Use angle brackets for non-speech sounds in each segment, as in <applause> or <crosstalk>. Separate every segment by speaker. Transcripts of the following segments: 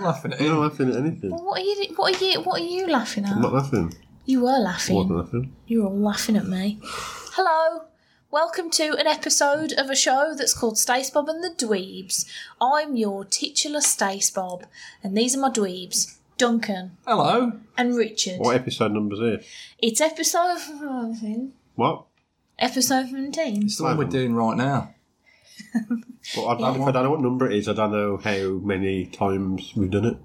Speaker 1: laughing at
Speaker 2: I'm
Speaker 1: him.
Speaker 2: not laughing at anything.
Speaker 3: What are you? What are you? What are you laughing at?
Speaker 2: I'm not laughing.
Speaker 3: You were
Speaker 2: I
Speaker 3: laughing.
Speaker 2: wasn't laughing.
Speaker 3: You're all laughing at me. Hello. Welcome to an episode of a show that's called Stace Bob and the Dweebs. I'm your titular Stace Bob, and these are my dweebs Duncan
Speaker 1: Hello.
Speaker 3: and Richard.
Speaker 2: What episode number's here?
Speaker 3: It's episode.
Speaker 2: What?
Speaker 3: Episode 17.
Speaker 1: It's the one we're
Speaker 2: Ivan.
Speaker 1: doing right now.
Speaker 2: Well, I, If I don't know what number it is, I don't know how many times we've done it.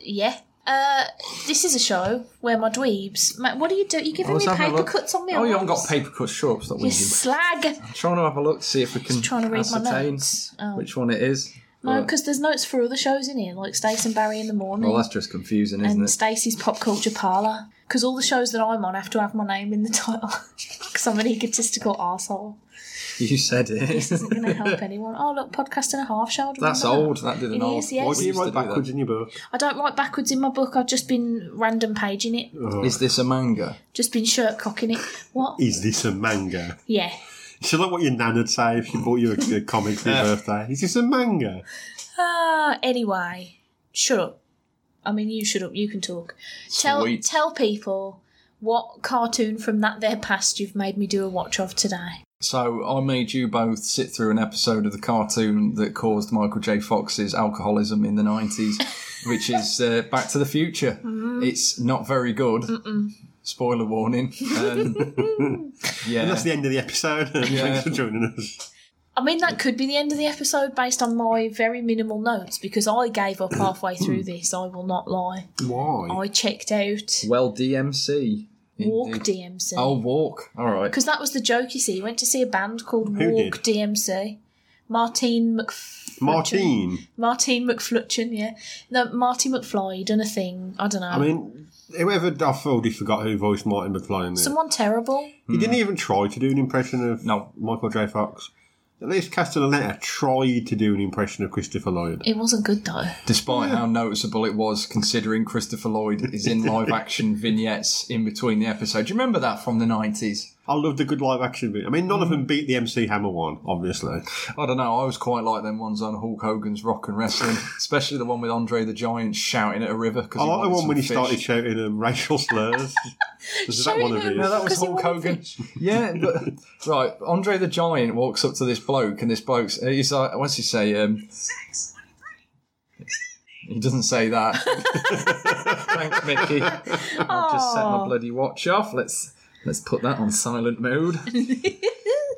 Speaker 3: Yeah. Uh, this is a show where my dweebs. Matt, what are you doing? You're
Speaker 1: I
Speaker 3: giving
Speaker 1: was
Speaker 3: me
Speaker 1: having a
Speaker 3: paper
Speaker 1: look-
Speaker 3: cuts on me.
Speaker 1: Oh, you haven't got
Speaker 3: arms.
Speaker 1: paper cut shorts that
Speaker 3: You
Speaker 1: we do.
Speaker 3: slag.
Speaker 1: I'm trying to have a look to see if we can
Speaker 3: trying to read my
Speaker 1: ascertain
Speaker 3: notes. Oh.
Speaker 1: which one it is.
Speaker 3: No,
Speaker 1: But-
Speaker 3: because there's notes for other shows in here, like Stace and Barry in the morning.
Speaker 1: well, that's just confusing, isn't
Speaker 3: and
Speaker 1: it?
Speaker 3: Stacey's Pop Culture Parlour. Because all the shows that I'm on have to have my name in the title. <laughs> Because I'm an egotistical
Speaker 1: <laughs>
Speaker 3: arsehole.
Speaker 1: you said it.
Speaker 3: This isn't going to help anyone. Oh, look, podcast and a half show. do you
Speaker 1: that's
Speaker 3: remember
Speaker 1: old. That did
Speaker 3: It
Speaker 1: an old.
Speaker 3: is, yes.
Speaker 2: Why
Speaker 3: Why
Speaker 2: do
Speaker 1: we
Speaker 2: you
Speaker 1: used to
Speaker 2: write
Speaker 1: do that.
Speaker 2: backwards in your book?
Speaker 3: that? I don't write backwards in my book. I've just been random paging it.
Speaker 1: Is this a manga?
Speaker 3: Just been shirt cocking it.
Speaker 1: <laughs>
Speaker 3: What?
Speaker 2: Is this a manga?
Speaker 3: Yeah.
Speaker 2: It's like what your nan would say if she bought you a, a comic for your birthday. Is this a manga?
Speaker 3: Uh, anyway, shut up. I mean, you shut up. You can talk. Tell
Speaker 1: Sweet.
Speaker 3: tell people what cartoon from that there past you've made me do a watch of today.
Speaker 1: So I made you both sit through an episode of the cartoon that caused Michael J. Fox's alcoholism in the nineties, which is uh, Back to the Future. It's not very good. Spoiler warning. Um, <laughs> yeah,
Speaker 2: And that's the end of the episode. <laughs> Thanks for joining us.
Speaker 3: I mean, that could be the end of the episode based on my very minimal notes because I gave up
Speaker 2: <clears throat>
Speaker 3: halfway through this. I will not lie.
Speaker 2: Why?
Speaker 3: I checked out
Speaker 1: well DMC.
Speaker 3: Walk
Speaker 1: Indeed.
Speaker 3: DMC.
Speaker 1: Oh, walk. All right.
Speaker 3: Because that was the joke, you see. He went to see a band called
Speaker 2: Who
Speaker 3: Walk DMC. Martine McF-
Speaker 2: Martine.
Speaker 3: Martine McFlutchin, yeah. No, Marty McFly done a thing. I don't know.
Speaker 2: I mean, whoever, I've already forgot who voiced Martin McLean. there.
Speaker 3: Someone terrible.
Speaker 2: He didn't even try to do an impression of
Speaker 1: Hmm. No.
Speaker 2: Michael J. Fox. At least Castellaneta tried to do an impression of Christopher Lloyd.
Speaker 3: It wasn't good
Speaker 1: <laughs>
Speaker 3: though.
Speaker 1: Despite how noticeable it was, considering Christopher Lloyd is in live action vignettes in between the episodes. Do you remember that from the nineties?
Speaker 2: I loved the good live action bit. I mean, none of
Speaker 1: Hmm.
Speaker 2: them beat the MC Hammer one, obviously.
Speaker 1: I don't know. I was quite like them ones on Hulk Hogan's Rock and Wrestling, <laughs> especially the one with Andre the Giant shouting at a river. Cause
Speaker 2: I
Speaker 1: he
Speaker 2: like the
Speaker 1: wanted
Speaker 2: one
Speaker 1: some
Speaker 2: when he
Speaker 1: fish.
Speaker 2: started shouting um,
Speaker 1: <laughs>
Speaker 2: racial slurs. Was that one of
Speaker 3: Shouting at-
Speaker 2: his?
Speaker 1: No, that was
Speaker 3: 'Cause he
Speaker 1: Hulk
Speaker 3: wanted
Speaker 1: Hogan. yeah, but, <laughs> right. Andre the Giant walks up to this bloke, and this bloke's uh, he's like, what's he say? Um, he doesn't
Speaker 3: <laughs>
Speaker 1: say that. Thanks, Mickey. I've just set my
Speaker 3: Aw.
Speaker 1: bloody watch off. Let's let's put that on silent mode.
Speaker 3: <laughs>
Speaker 1: <laughs>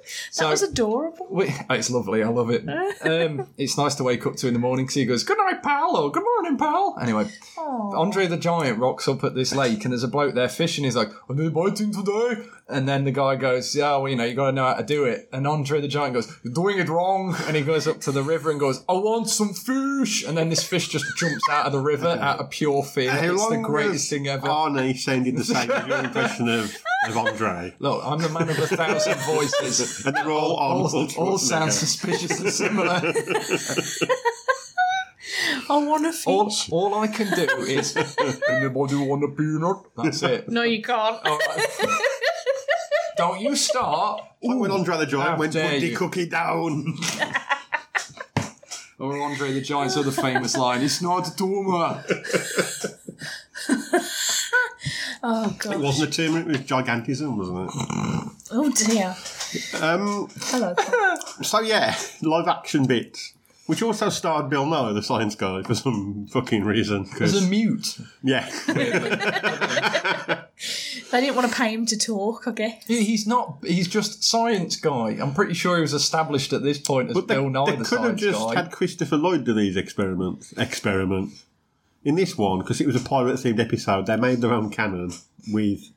Speaker 3: That
Speaker 1: so,
Speaker 3: was adorable.
Speaker 1: we- oh, <laughs> it's lovely. I love it. Um, it's nice to wake up to in the morning because he goes, "Good night, pal," or "Good morning, pal." Anyway,
Speaker 3: Aw.
Speaker 1: Andre the Giant rocks up at this lake and there's a bloke there fishing. He's like, "Are they biting today?" And then the guy goes, "Yeah, well, you know, you got to know how to do it." And Andre the Giant goes, "You're doing it wrong." And he goes up to the river and goes, "I want some fish." And then this fish just jumps out of the river out of pure fear.
Speaker 2: How
Speaker 1: it's the
Speaker 2: long
Speaker 1: greatest
Speaker 2: was
Speaker 1: thing ever.
Speaker 2: Arnie sounded the
Speaker 1: <laughs>
Speaker 2: same as your impression of, of Andre.
Speaker 1: Look, I'm the man of a
Speaker 2: <laughs>
Speaker 1: thousand voices.
Speaker 2: And they're all
Speaker 1: All,
Speaker 2: Arnold
Speaker 1: all sounds
Speaker 2: Schwarzenegger.
Speaker 1: suspiciously similar.
Speaker 2: <laughs>
Speaker 3: I want a
Speaker 1: All,
Speaker 3: fish.
Speaker 1: all I can do is <laughs> anybody want a peanut? That's
Speaker 3: <laughs>
Speaker 1: it.
Speaker 3: No, you can't.
Speaker 1: All right. Don't you start.
Speaker 2: Like when Andre the
Speaker 1: How
Speaker 2: Giant went,
Speaker 1: dare
Speaker 2: put the
Speaker 1: you."
Speaker 2: cookie down.
Speaker 1: Or Oh, Andre the Giant's other famous line, it's not a tumor.
Speaker 3: Oh
Speaker 2: it
Speaker 3: god.
Speaker 2: wasn't a tumor, it was gigantism, wasn't it?
Speaker 3: Oh dear.
Speaker 2: Um,
Speaker 3: Hello. Paul.
Speaker 2: So yeah, <laughs> live action bits, which also starred Bill Nye, the science guy, for some fucking reason. 'cause-
Speaker 1: There's a mute.
Speaker 2: <laughs> yeah,
Speaker 3: they didn't want to pay him to talk. I guess.
Speaker 1: He- He's not, he's just science guy. I'm pretty sure he was established at this point as
Speaker 2: but they,
Speaker 1: Bill Nye,
Speaker 2: they
Speaker 1: the
Speaker 2: could have
Speaker 1: science
Speaker 2: just
Speaker 1: guy.
Speaker 2: had Christopher Lloyd do these experiments. Experiments in this one because it was a pirate themed episode. They made their own cannon with,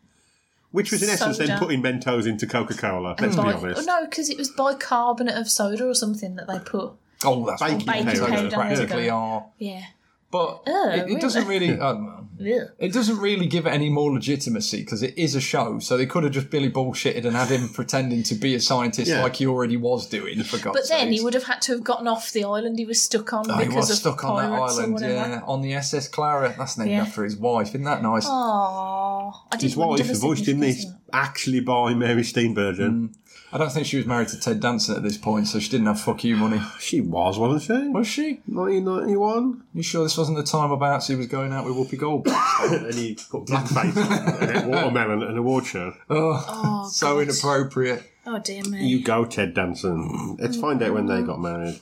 Speaker 2: which was in essence them
Speaker 3: Soda.
Speaker 2: putting Mentos into Coca Cola. Let's be
Speaker 3: Bi-
Speaker 2: honest.
Speaker 3: oh, no, because it was bicarbonate of soda or something that they put.
Speaker 1: oh, that's what
Speaker 2: Baking
Speaker 1: Mentos
Speaker 2: powder.
Speaker 1: practically are.
Speaker 3: Yeah.
Speaker 1: But it, it doesn't really. um, I don't know.
Speaker 3: Ugh.
Speaker 1: It doesn't really give it any more legitimacy because it is a show, so they could have just Billy bullshitted and had
Speaker 2: <laughs>
Speaker 1: him pretending to be a scientist
Speaker 2: Yeah.
Speaker 1: like he already was doing. For God's
Speaker 3: But then
Speaker 1: sakes.
Speaker 3: he would have had to have gotten off the island he was stuck on
Speaker 1: Oh,
Speaker 3: because
Speaker 1: he was
Speaker 3: of
Speaker 1: stuck on that
Speaker 3: pirates or
Speaker 1: island,
Speaker 3: whatever.
Speaker 1: yeah, on the SS Clara. That's named
Speaker 3: Yeah. Oh.
Speaker 1: after his wife. Isn't that nice?
Speaker 3: Aww. I did
Speaker 2: His wife
Speaker 3: wonder the
Speaker 2: voiced in
Speaker 3: significance
Speaker 2: this
Speaker 3: of that.
Speaker 2: actually by Mary
Speaker 1: Mm.
Speaker 2: Steenburgen.
Speaker 1: I don't think she was married to Ted Danson at this point, so she didn't have fuck you money.
Speaker 2: She was, wasn't she?
Speaker 1: <laughs> Was she?
Speaker 2: 1991.
Speaker 1: You sure this wasn't the time about she was going out with Whoopi Goldberg?
Speaker 2: and he put <laughs> blackface on and ate watermelon at an award show.
Speaker 3: Oh,
Speaker 1: <laughs> so
Speaker 3: God.
Speaker 1: inappropriate.
Speaker 3: Oh dear me.
Speaker 2: You go, Ted Danson. Let's find out when they got married.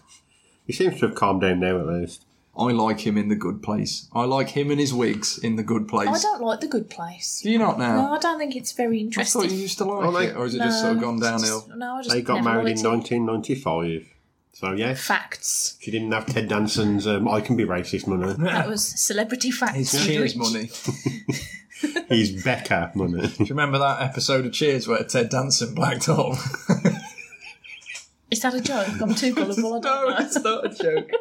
Speaker 2: He seems to have calmed down now, at least.
Speaker 1: I like him in the good place. I like him and his wigs in the good place.
Speaker 3: I don't like the good place.
Speaker 1: Do you not now?
Speaker 3: No, I don't think it's very
Speaker 1: I thought you
Speaker 3: interesting.
Speaker 1: used to like
Speaker 2: Oh, like-
Speaker 1: it, or is it just sort of gone downhill?
Speaker 3: Just- no, I just
Speaker 2: They got
Speaker 3: never
Speaker 2: married in
Speaker 3: liked it.
Speaker 2: 1995. So, yes,
Speaker 3: facts.
Speaker 2: she didn't have Ted Danson's um, I can be racist money.
Speaker 3: That was celebrity facts.
Speaker 1: His
Speaker 3: with
Speaker 1: Cheers
Speaker 3: which-
Speaker 1: money. Do
Speaker 2: He's Becca
Speaker 1: <laughs>
Speaker 2: money.
Speaker 1: you remember that episode of Cheers where Ted Danson
Speaker 3: <laughs>
Speaker 1: blacked off?
Speaker 3: Is that a joke? I'm too
Speaker 1: <laughs>
Speaker 3: gullible. I don't
Speaker 1: <laughs> no,
Speaker 3: know.
Speaker 1: it's not a joke.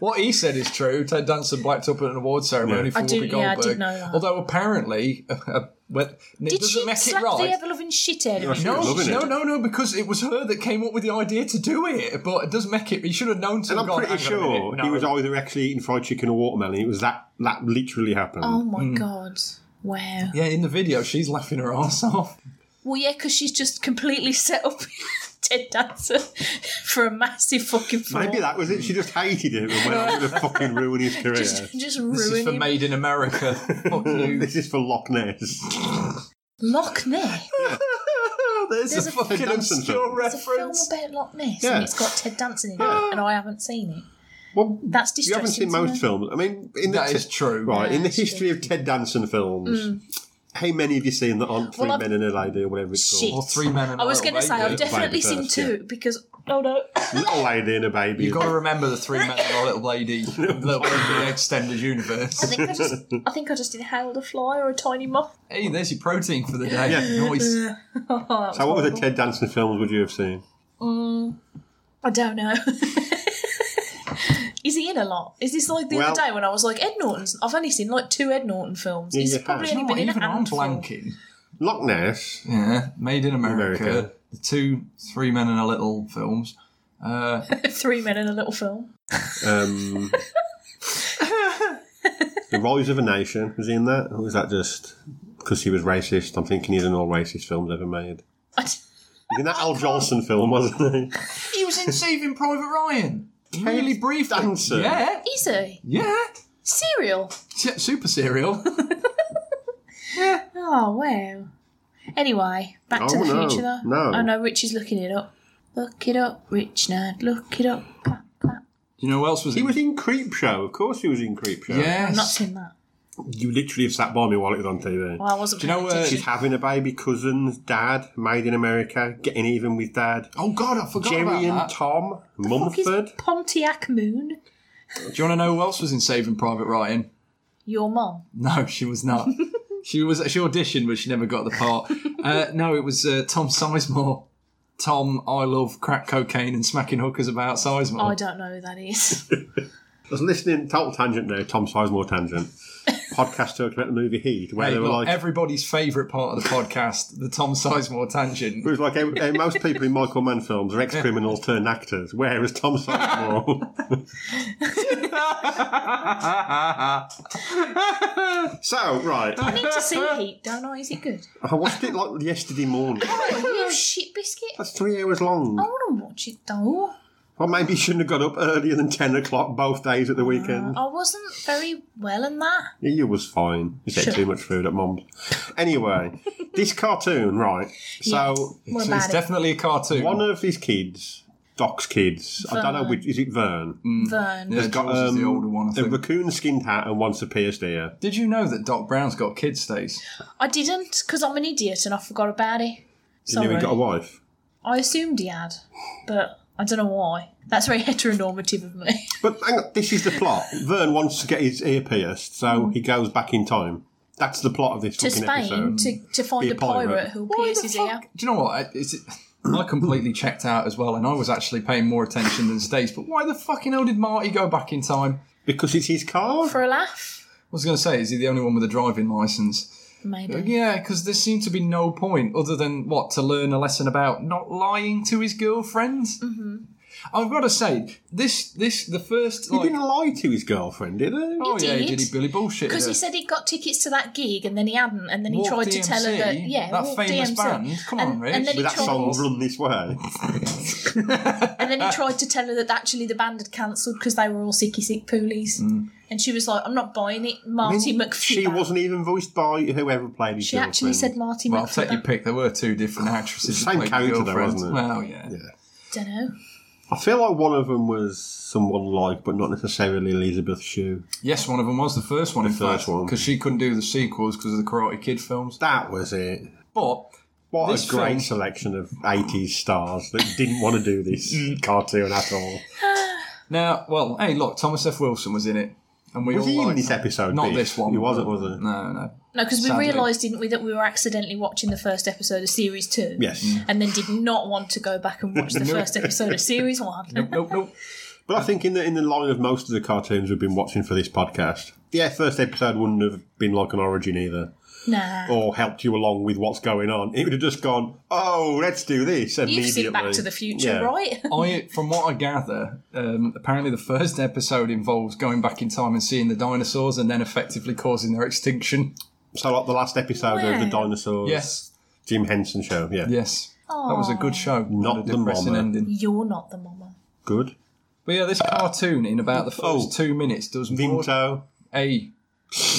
Speaker 1: what he said is true. Ted Danson blacked up at an award ceremony
Speaker 2: Yeah.
Speaker 1: for
Speaker 3: I do-
Speaker 1: Whoopi
Speaker 3: yeah, I
Speaker 1: Goldberg.
Speaker 3: did know that.
Speaker 1: Although apparently, uh, when, it
Speaker 3: Did
Speaker 1: doesn't
Speaker 3: she
Speaker 1: make it
Speaker 3: slap the
Speaker 1: right.
Speaker 3: ever-loving shit out of
Speaker 2: Yes.
Speaker 3: him?
Speaker 1: No,
Speaker 2: Loving
Speaker 1: no,
Speaker 2: it.
Speaker 1: no, no, because it was her that came up with the idea to do it. But it does make it. You should have known to.
Speaker 2: And I'm
Speaker 1: have gone,
Speaker 2: pretty
Speaker 1: "Hang on a minute,
Speaker 2: sure
Speaker 1: no."
Speaker 2: he was either actually eating fried chicken or watermelon. It was that, that literally happened.
Speaker 3: Oh my
Speaker 1: Mm.
Speaker 3: god. Wow.
Speaker 1: Yeah, in the video, she's laughing her ass off.
Speaker 3: Well, yeah, because she's just completely set up <laughs> Ted Danson <laughs> for a massive fucking fall.
Speaker 2: Maybe that was it. She just hated him and
Speaker 3: <laughs>
Speaker 2: went, I'm going to fucking ruin his career.
Speaker 3: Just, just
Speaker 1: This is
Speaker 3: ruin
Speaker 1: for
Speaker 3: him.
Speaker 1: Made in
Speaker 2: <laughs>
Speaker 1: America. Fuck you.
Speaker 2: This is for Loch Ness.
Speaker 3: Loch Ness.
Speaker 1: <laughs> There's,
Speaker 3: There's a
Speaker 1: a fucking
Speaker 2: Ted Danson
Speaker 1: obscure
Speaker 2: film.
Speaker 3: It's a film
Speaker 1: reference.
Speaker 3: about Loch Ness,
Speaker 2: Yeah.
Speaker 3: and it's got Ted Danson in it,
Speaker 1: <gasps>
Speaker 3: and I haven't seen it.
Speaker 2: Well,
Speaker 3: That's
Speaker 2: you haven't
Speaker 3: distressing.
Speaker 2: seen
Speaker 3: to
Speaker 2: most
Speaker 3: me.
Speaker 2: films. I mean, in the
Speaker 1: That is true.
Speaker 2: Right, in the
Speaker 3: that's
Speaker 2: history of Ted Danson films, how many have you seen that aren't Three
Speaker 3: Mm. Well, I've-
Speaker 2: Men and a Lady or whatever it's
Speaker 3: Shit.
Speaker 1: Or three men and
Speaker 3: I
Speaker 1: a
Speaker 3: was going
Speaker 1: Little
Speaker 3: to say I've
Speaker 1: Baby.
Speaker 3: definitely seen
Speaker 2: first,
Speaker 3: two because oh no,
Speaker 2: called? Little Lady and a Baby.
Speaker 1: You've got to remember the three men and a little
Speaker 2: <laughs>
Speaker 1: lady, little baby extended
Speaker 3: I
Speaker 1: universe.
Speaker 3: think I just I think I just inhaled a fly or a tiny moth.
Speaker 1: Hey, there's your protein for the day.
Speaker 2: Yeah.
Speaker 1: Noise.
Speaker 3: <laughs>
Speaker 2: so, what other Ted Danson films would you have seen?
Speaker 3: I don't know. Is he in a lot? Is this like the
Speaker 2: Well-
Speaker 3: other day when I was like Ed Norton's? I've only seen like two Ed Norton films.
Speaker 2: Yeah,
Speaker 3: He's
Speaker 2: you
Speaker 3: probably
Speaker 2: have.
Speaker 3: only
Speaker 1: Not
Speaker 3: been in
Speaker 1: even
Speaker 3: a
Speaker 1: on
Speaker 3: handful.
Speaker 1: blanking.
Speaker 2: Loch Ness.
Speaker 1: Yeah, Made in America,
Speaker 2: America.
Speaker 1: the two Three Men and a Little films. Uh,
Speaker 3: <laughs> Three men in a little film. <laughs>
Speaker 2: Um, the Rise of a Nation. Was he in that? Or was that just because he was racist? I'm thinking he's in all racist films ever made. He's in that
Speaker 3: Oh,
Speaker 2: Al Jolson film, wasn't he?
Speaker 1: he
Speaker 2: <laughs>
Speaker 1: was in Saving Private Ryan. Really brief
Speaker 2: Danson.
Speaker 1: Yeah,
Speaker 3: Is he
Speaker 1: yeah.
Speaker 3: serial?
Speaker 1: Yeah, Super serial.
Speaker 3: Oh wow. Anyway, back to
Speaker 2: Oh,
Speaker 3: the
Speaker 2: no.
Speaker 3: future though.
Speaker 2: No.
Speaker 3: I know Rich is looking it up. Look it up, Rich nerd. Look it up. Clap, clap.
Speaker 1: Do you know who else was
Speaker 2: He
Speaker 1: in?
Speaker 2: was in Creepshow. Of course, he was in Creepshow.
Speaker 3: I've not
Speaker 1: Yes.
Speaker 3: seen that.
Speaker 2: You literally have sat by me while it was on TV.
Speaker 3: Well, I wasn't.
Speaker 1: Do you know
Speaker 3: paying
Speaker 1: where-
Speaker 3: attention.
Speaker 2: She's having a baby, cousins, dad, made in America, getting even with dad.
Speaker 1: Oh God, I forgot about
Speaker 2: Jerry and
Speaker 1: that.
Speaker 2: Tom,
Speaker 3: Fuck is
Speaker 2: Mumford.
Speaker 3: Pontiac Moon.
Speaker 1: Do you want to know who else was in Saving Private Ryan?
Speaker 3: Your mom.
Speaker 1: No, she
Speaker 3: <laughs>
Speaker 1: was not. she was she auditioned, but she never got the part. uh, no, it was uh, Tom Sizemore. Tom, I love crack cocaine and smacking hookers about Sizemore.
Speaker 3: Oh, I don't know who that is.
Speaker 2: I was listening, total tangent there, Tom
Speaker 1: <laughs>
Speaker 2: Sizemore tangent. Podcast talking about the movie Heat, where
Speaker 1: Hey,
Speaker 2: they were
Speaker 1: look,
Speaker 2: like,
Speaker 1: everybody's favourite part of the podcast, the Tom Sizemore tangent.
Speaker 2: it was like eh, eh, most people in Michael Mann films are ex criminals turned actors, whereas Tom Sizemore.
Speaker 1: <laughs>
Speaker 2: so, right,
Speaker 3: I <laughs> need to see Heat, don't I? Is it good?
Speaker 2: I watched it like yesterday morning.
Speaker 3: Oh, you shit biscuit.
Speaker 2: That's three hours
Speaker 3: I
Speaker 2: long.
Speaker 3: want to watch it though.
Speaker 2: Well, maybe you shouldn't have got up earlier than 10 o'clock both days at the weekend.
Speaker 3: I wasn't very well in that.
Speaker 2: Yeah, you was fine. You said
Speaker 3: Sure.
Speaker 2: too much food at mum's.
Speaker 3: <laughs>
Speaker 2: Anyway, this cartoon, right? So
Speaker 3: What
Speaker 1: It's, it's
Speaker 3: about it?
Speaker 1: definitely a cartoon.
Speaker 2: one of his kids, Doc's kids, I don't know
Speaker 3: Vern.
Speaker 2: which is it Vern?
Speaker 3: Vern.
Speaker 1: yeah, Jaws is the
Speaker 2: um,
Speaker 1: older one, I
Speaker 2: A
Speaker 1: think.
Speaker 2: raccoon skinned hat and wants a pierced ear.
Speaker 1: Did you know that Doc Brown's got kid stays?
Speaker 3: I didn't because I'm an idiot and I forgot about it.
Speaker 2: You knew
Speaker 3: Sorry.
Speaker 2: he got a wife.
Speaker 3: I assumed he had, but I don't know why. That's very <laughs> heteronormative of me.
Speaker 2: But hang on, this is the
Speaker 3: <laughs>
Speaker 2: plot. Vern wants to get his ear pierced, so he goes back in time. That's the plot of this
Speaker 3: Mm. to
Speaker 2: fucking
Speaker 3: Spain
Speaker 2: episode.
Speaker 3: to, to find
Speaker 2: Be
Speaker 3: a
Speaker 2: a pirate.
Speaker 3: pirate, who'll pierce his ear.
Speaker 1: Do you know what? I- It's, I completely checked out as well, and I was actually paying more attention than Stace. But why the fucking hell did Marty go back in time?
Speaker 2: Because it's his car.
Speaker 3: For a laugh?
Speaker 1: I was going to say, is he the only one with a driving license?
Speaker 3: Maybe.
Speaker 1: Yeah, because there seemed to be no point other than what to learn a lesson about not lying to his girlfriend. Mm-hmm. I've got to say this this the first
Speaker 2: He
Speaker 1: like
Speaker 2: didn't lie to his girlfriend, did he?
Speaker 1: oh yeah he
Speaker 3: did.
Speaker 1: did he Billy bullshit
Speaker 3: Because he said he'd got tickets to that gig and then he hadn't, and then he
Speaker 1: Walk
Speaker 3: tried to
Speaker 1: DMC,
Speaker 3: tell her that yeah,
Speaker 1: that
Speaker 3: Walk
Speaker 1: famous
Speaker 3: DMC.
Speaker 1: band. Come on,
Speaker 3: and,
Speaker 1: Rich.
Speaker 3: And then, he
Speaker 2: With that song,
Speaker 3: tried,
Speaker 2: Run This Way.
Speaker 3: and then he tried to tell her that actually the band had cancelled because they were all sicky sick poolies,
Speaker 1: Mm.
Speaker 3: and she was like, "I'm not buying it." Marty McFly.
Speaker 2: She wasn't even voiced by whoever played his
Speaker 3: She actually
Speaker 2: girlfriend.
Speaker 3: said Marty
Speaker 1: well I'll
Speaker 3: McFly.
Speaker 1: take your pick there were two different actresses who
Speaker 2: <sighs> Same
Speaker 1: played the
Speaker 2: character though,
Speaker 1: girlfriends.
Speaker 2: wasn't it?
Speaker 1: well yeah.
Speaker 2: Yeah.
Speaker 3: Don't know.
Speaker 2: I feel like one of them was someone like, but not necessarily Elizabeth Shue.
Speaker 1: yes one of them was the first one in
Speaker 2: first
Speaker 1: fact
Speaker 2: one.
Speaker 1: because she couldn't do the sequels because of the Karate Kid films
Speaker 2: That was it.
Speaker 1: but
Speaker 2: What
Speaker 1: This
Speaker 2: a great
Speaker 1: film-
Speaker 2: selection of 80s stars that didn't want to do
Speaker 1: <laughs>
Speaker 2: this
Speaker 1: Mm.
Speaker 2: cartoon at all.
Speaker 1: now well hey look Thomas F Wilson was in it and we
Speaker 2: Was
Speaker 1: all
Speaker 2: he in
Speaker 1: liked
Speaker 2: this
Speaker 1: him.
Speaker 2: episode?
Speaker 1: not
Speaker 2: Beef?
Speaker 1: this one
Speaker 2: He wasn't, was he?
Speaker 1: no no
Speaker 3: No, because we
Speaker 1: Sadly.
Speaker 3: realised, didn't we, that we were accidentally watching the first episode of series two.
Speaker 2: Yes.
Speaker 1: Mm.
Speaker 3: And then did not want to go back and watch
Speaker 1: <laughs>
Speaker 3: the first episode of series one.
Speaker 1: nope nope
Speaker 2: But I think in the in the line of most of the cartoons we've been watching for this podcast, yeah, first episode wouldn't have been like an origin either,
Speaker 3: Nah.
Speaker 2: or helped you along with what's going on. It would have just gone, oh, let's do this immediately.
Speaker 3: You've seen Back to the Future,
Speaker 2: Yeah.
Speaker 3: right? <laughs>
Speaker 1: I, from what I gather, um, apparently the first episode involves going back in time and seeing the dinosaurs and then effectively causing their extinction.
Speaker 2: So like the last episode of the
Speaker 3: Wow.
Speaker 2: dinosaurs,
Speaker 1: Yes,
Speaker 2: Jim Henson show, yeah,
Speaker 1: yes, that was a good show.
Speaker 2: Not
Speaker 1: What a
Speaker 2: the
Speaker 1: depressing
Speaker 2: mama.
Speaker 1: ending.
Speaker 3: You're not the mama.
Speaker 2: good.
Speaker 1: But yeah, this cartoon in about the first
Speaker 2: Oh.
Speaker 1: two minutes does more.
Speaker 2: Vimto,
Speaker 1: Hey,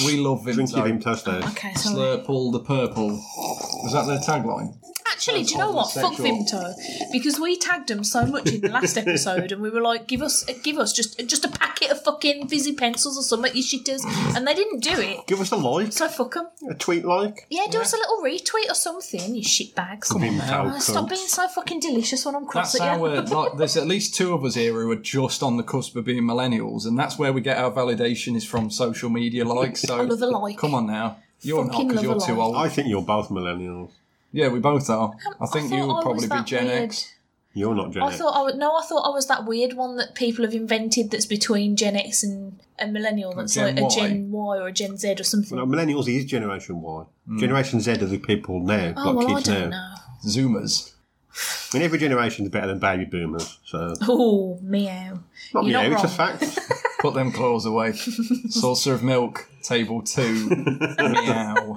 Speaker 1: we love
Speaker 2: drinky
Speaker 1: Vimto.
Speaker 2: Vimto stays.
Speaker 3: Okay, sorry.
Speaker 1: Slurp all the purple. Was that their tagline?
Speaker 3: Actually, do you know what? Fuck Vimto, because we tagged them so much in the
Speaker 1: <laughs>
Speaker 3: last episode, and we were like, "Give us, give us just just a packet of fucking fizzy pencils or something, you shitters," and they didn't do it.
Speaker 2: Give us a like,
Speaker 3: So fuck them.
Speaker 2: a tweet like.
Speaker 3: Yeah, do us a little retweet or something, you shitbags.
Speaker 2: Vimto,
Speaker 3: Uh, stop being so fucking delicious when I'm cross
Speaker 1: That's
Speaker 3: at
Speaker 1: how
Speaker 3: you.
Speaker 1: we're.
Speaker 3: <laughs>
Speaker 1: Like, there's at least two of us here who are just on the cusp of being millennials, and that's where we get our validation is from social media likes. So
Speaker 3: love a like.
Speaker 1: Come on now. You're
Speaker 3: Fucking
Speaker 1: not because
Speaker 3: love
Speaker 1: you're
Speaker 3: a
Speaker 1: too
Speaker 3: like.
Speaker 1: old.
Speaker 2: I think you're both millennials.
Speaker 1: Yeah, we both are. I think
Speaker 3: thought was
Speaker 1: you would probably be
Speaker 3: that
Speaker 1: Gen
Speaker 3: weird.
Speaker 1: X.
Speaker 2: You're not Gen
Speaker 3: I thought I would, no, I thought I was that weird one that people have invented that's between Gen X and a millennial. That's
Speaker 1: Gen
Speaker 3: like a
Speaker 1: Y.
Speaker 3: Gen Y or a Gen Z or something.
Speaker 2: No, millennials is Generation Y. Generation Z are the people now,
Speaker 3: oh
Speaker 2: like
Speaker 3: well, I
Speaker 2: kids now.
Speaker 3: don't know.
Speaker 1: Zoomers.
Speaker 2: I mean, every generation's better than baby boomers, so
Speaker 3: Oh meow.
Speaker 2: not
Speaker 3: You're
Speaker 2: me,
Speaker 3: not
Speaker 2: it's a
Speaker 3: wrong. <laughs>
Speaker 2: fact.
Speaker 1: Put them claws away. Saucer of milk, table two. Meow.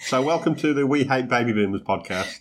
Speaker 2: so, welcome to the We Hate Baby Boomers podcast.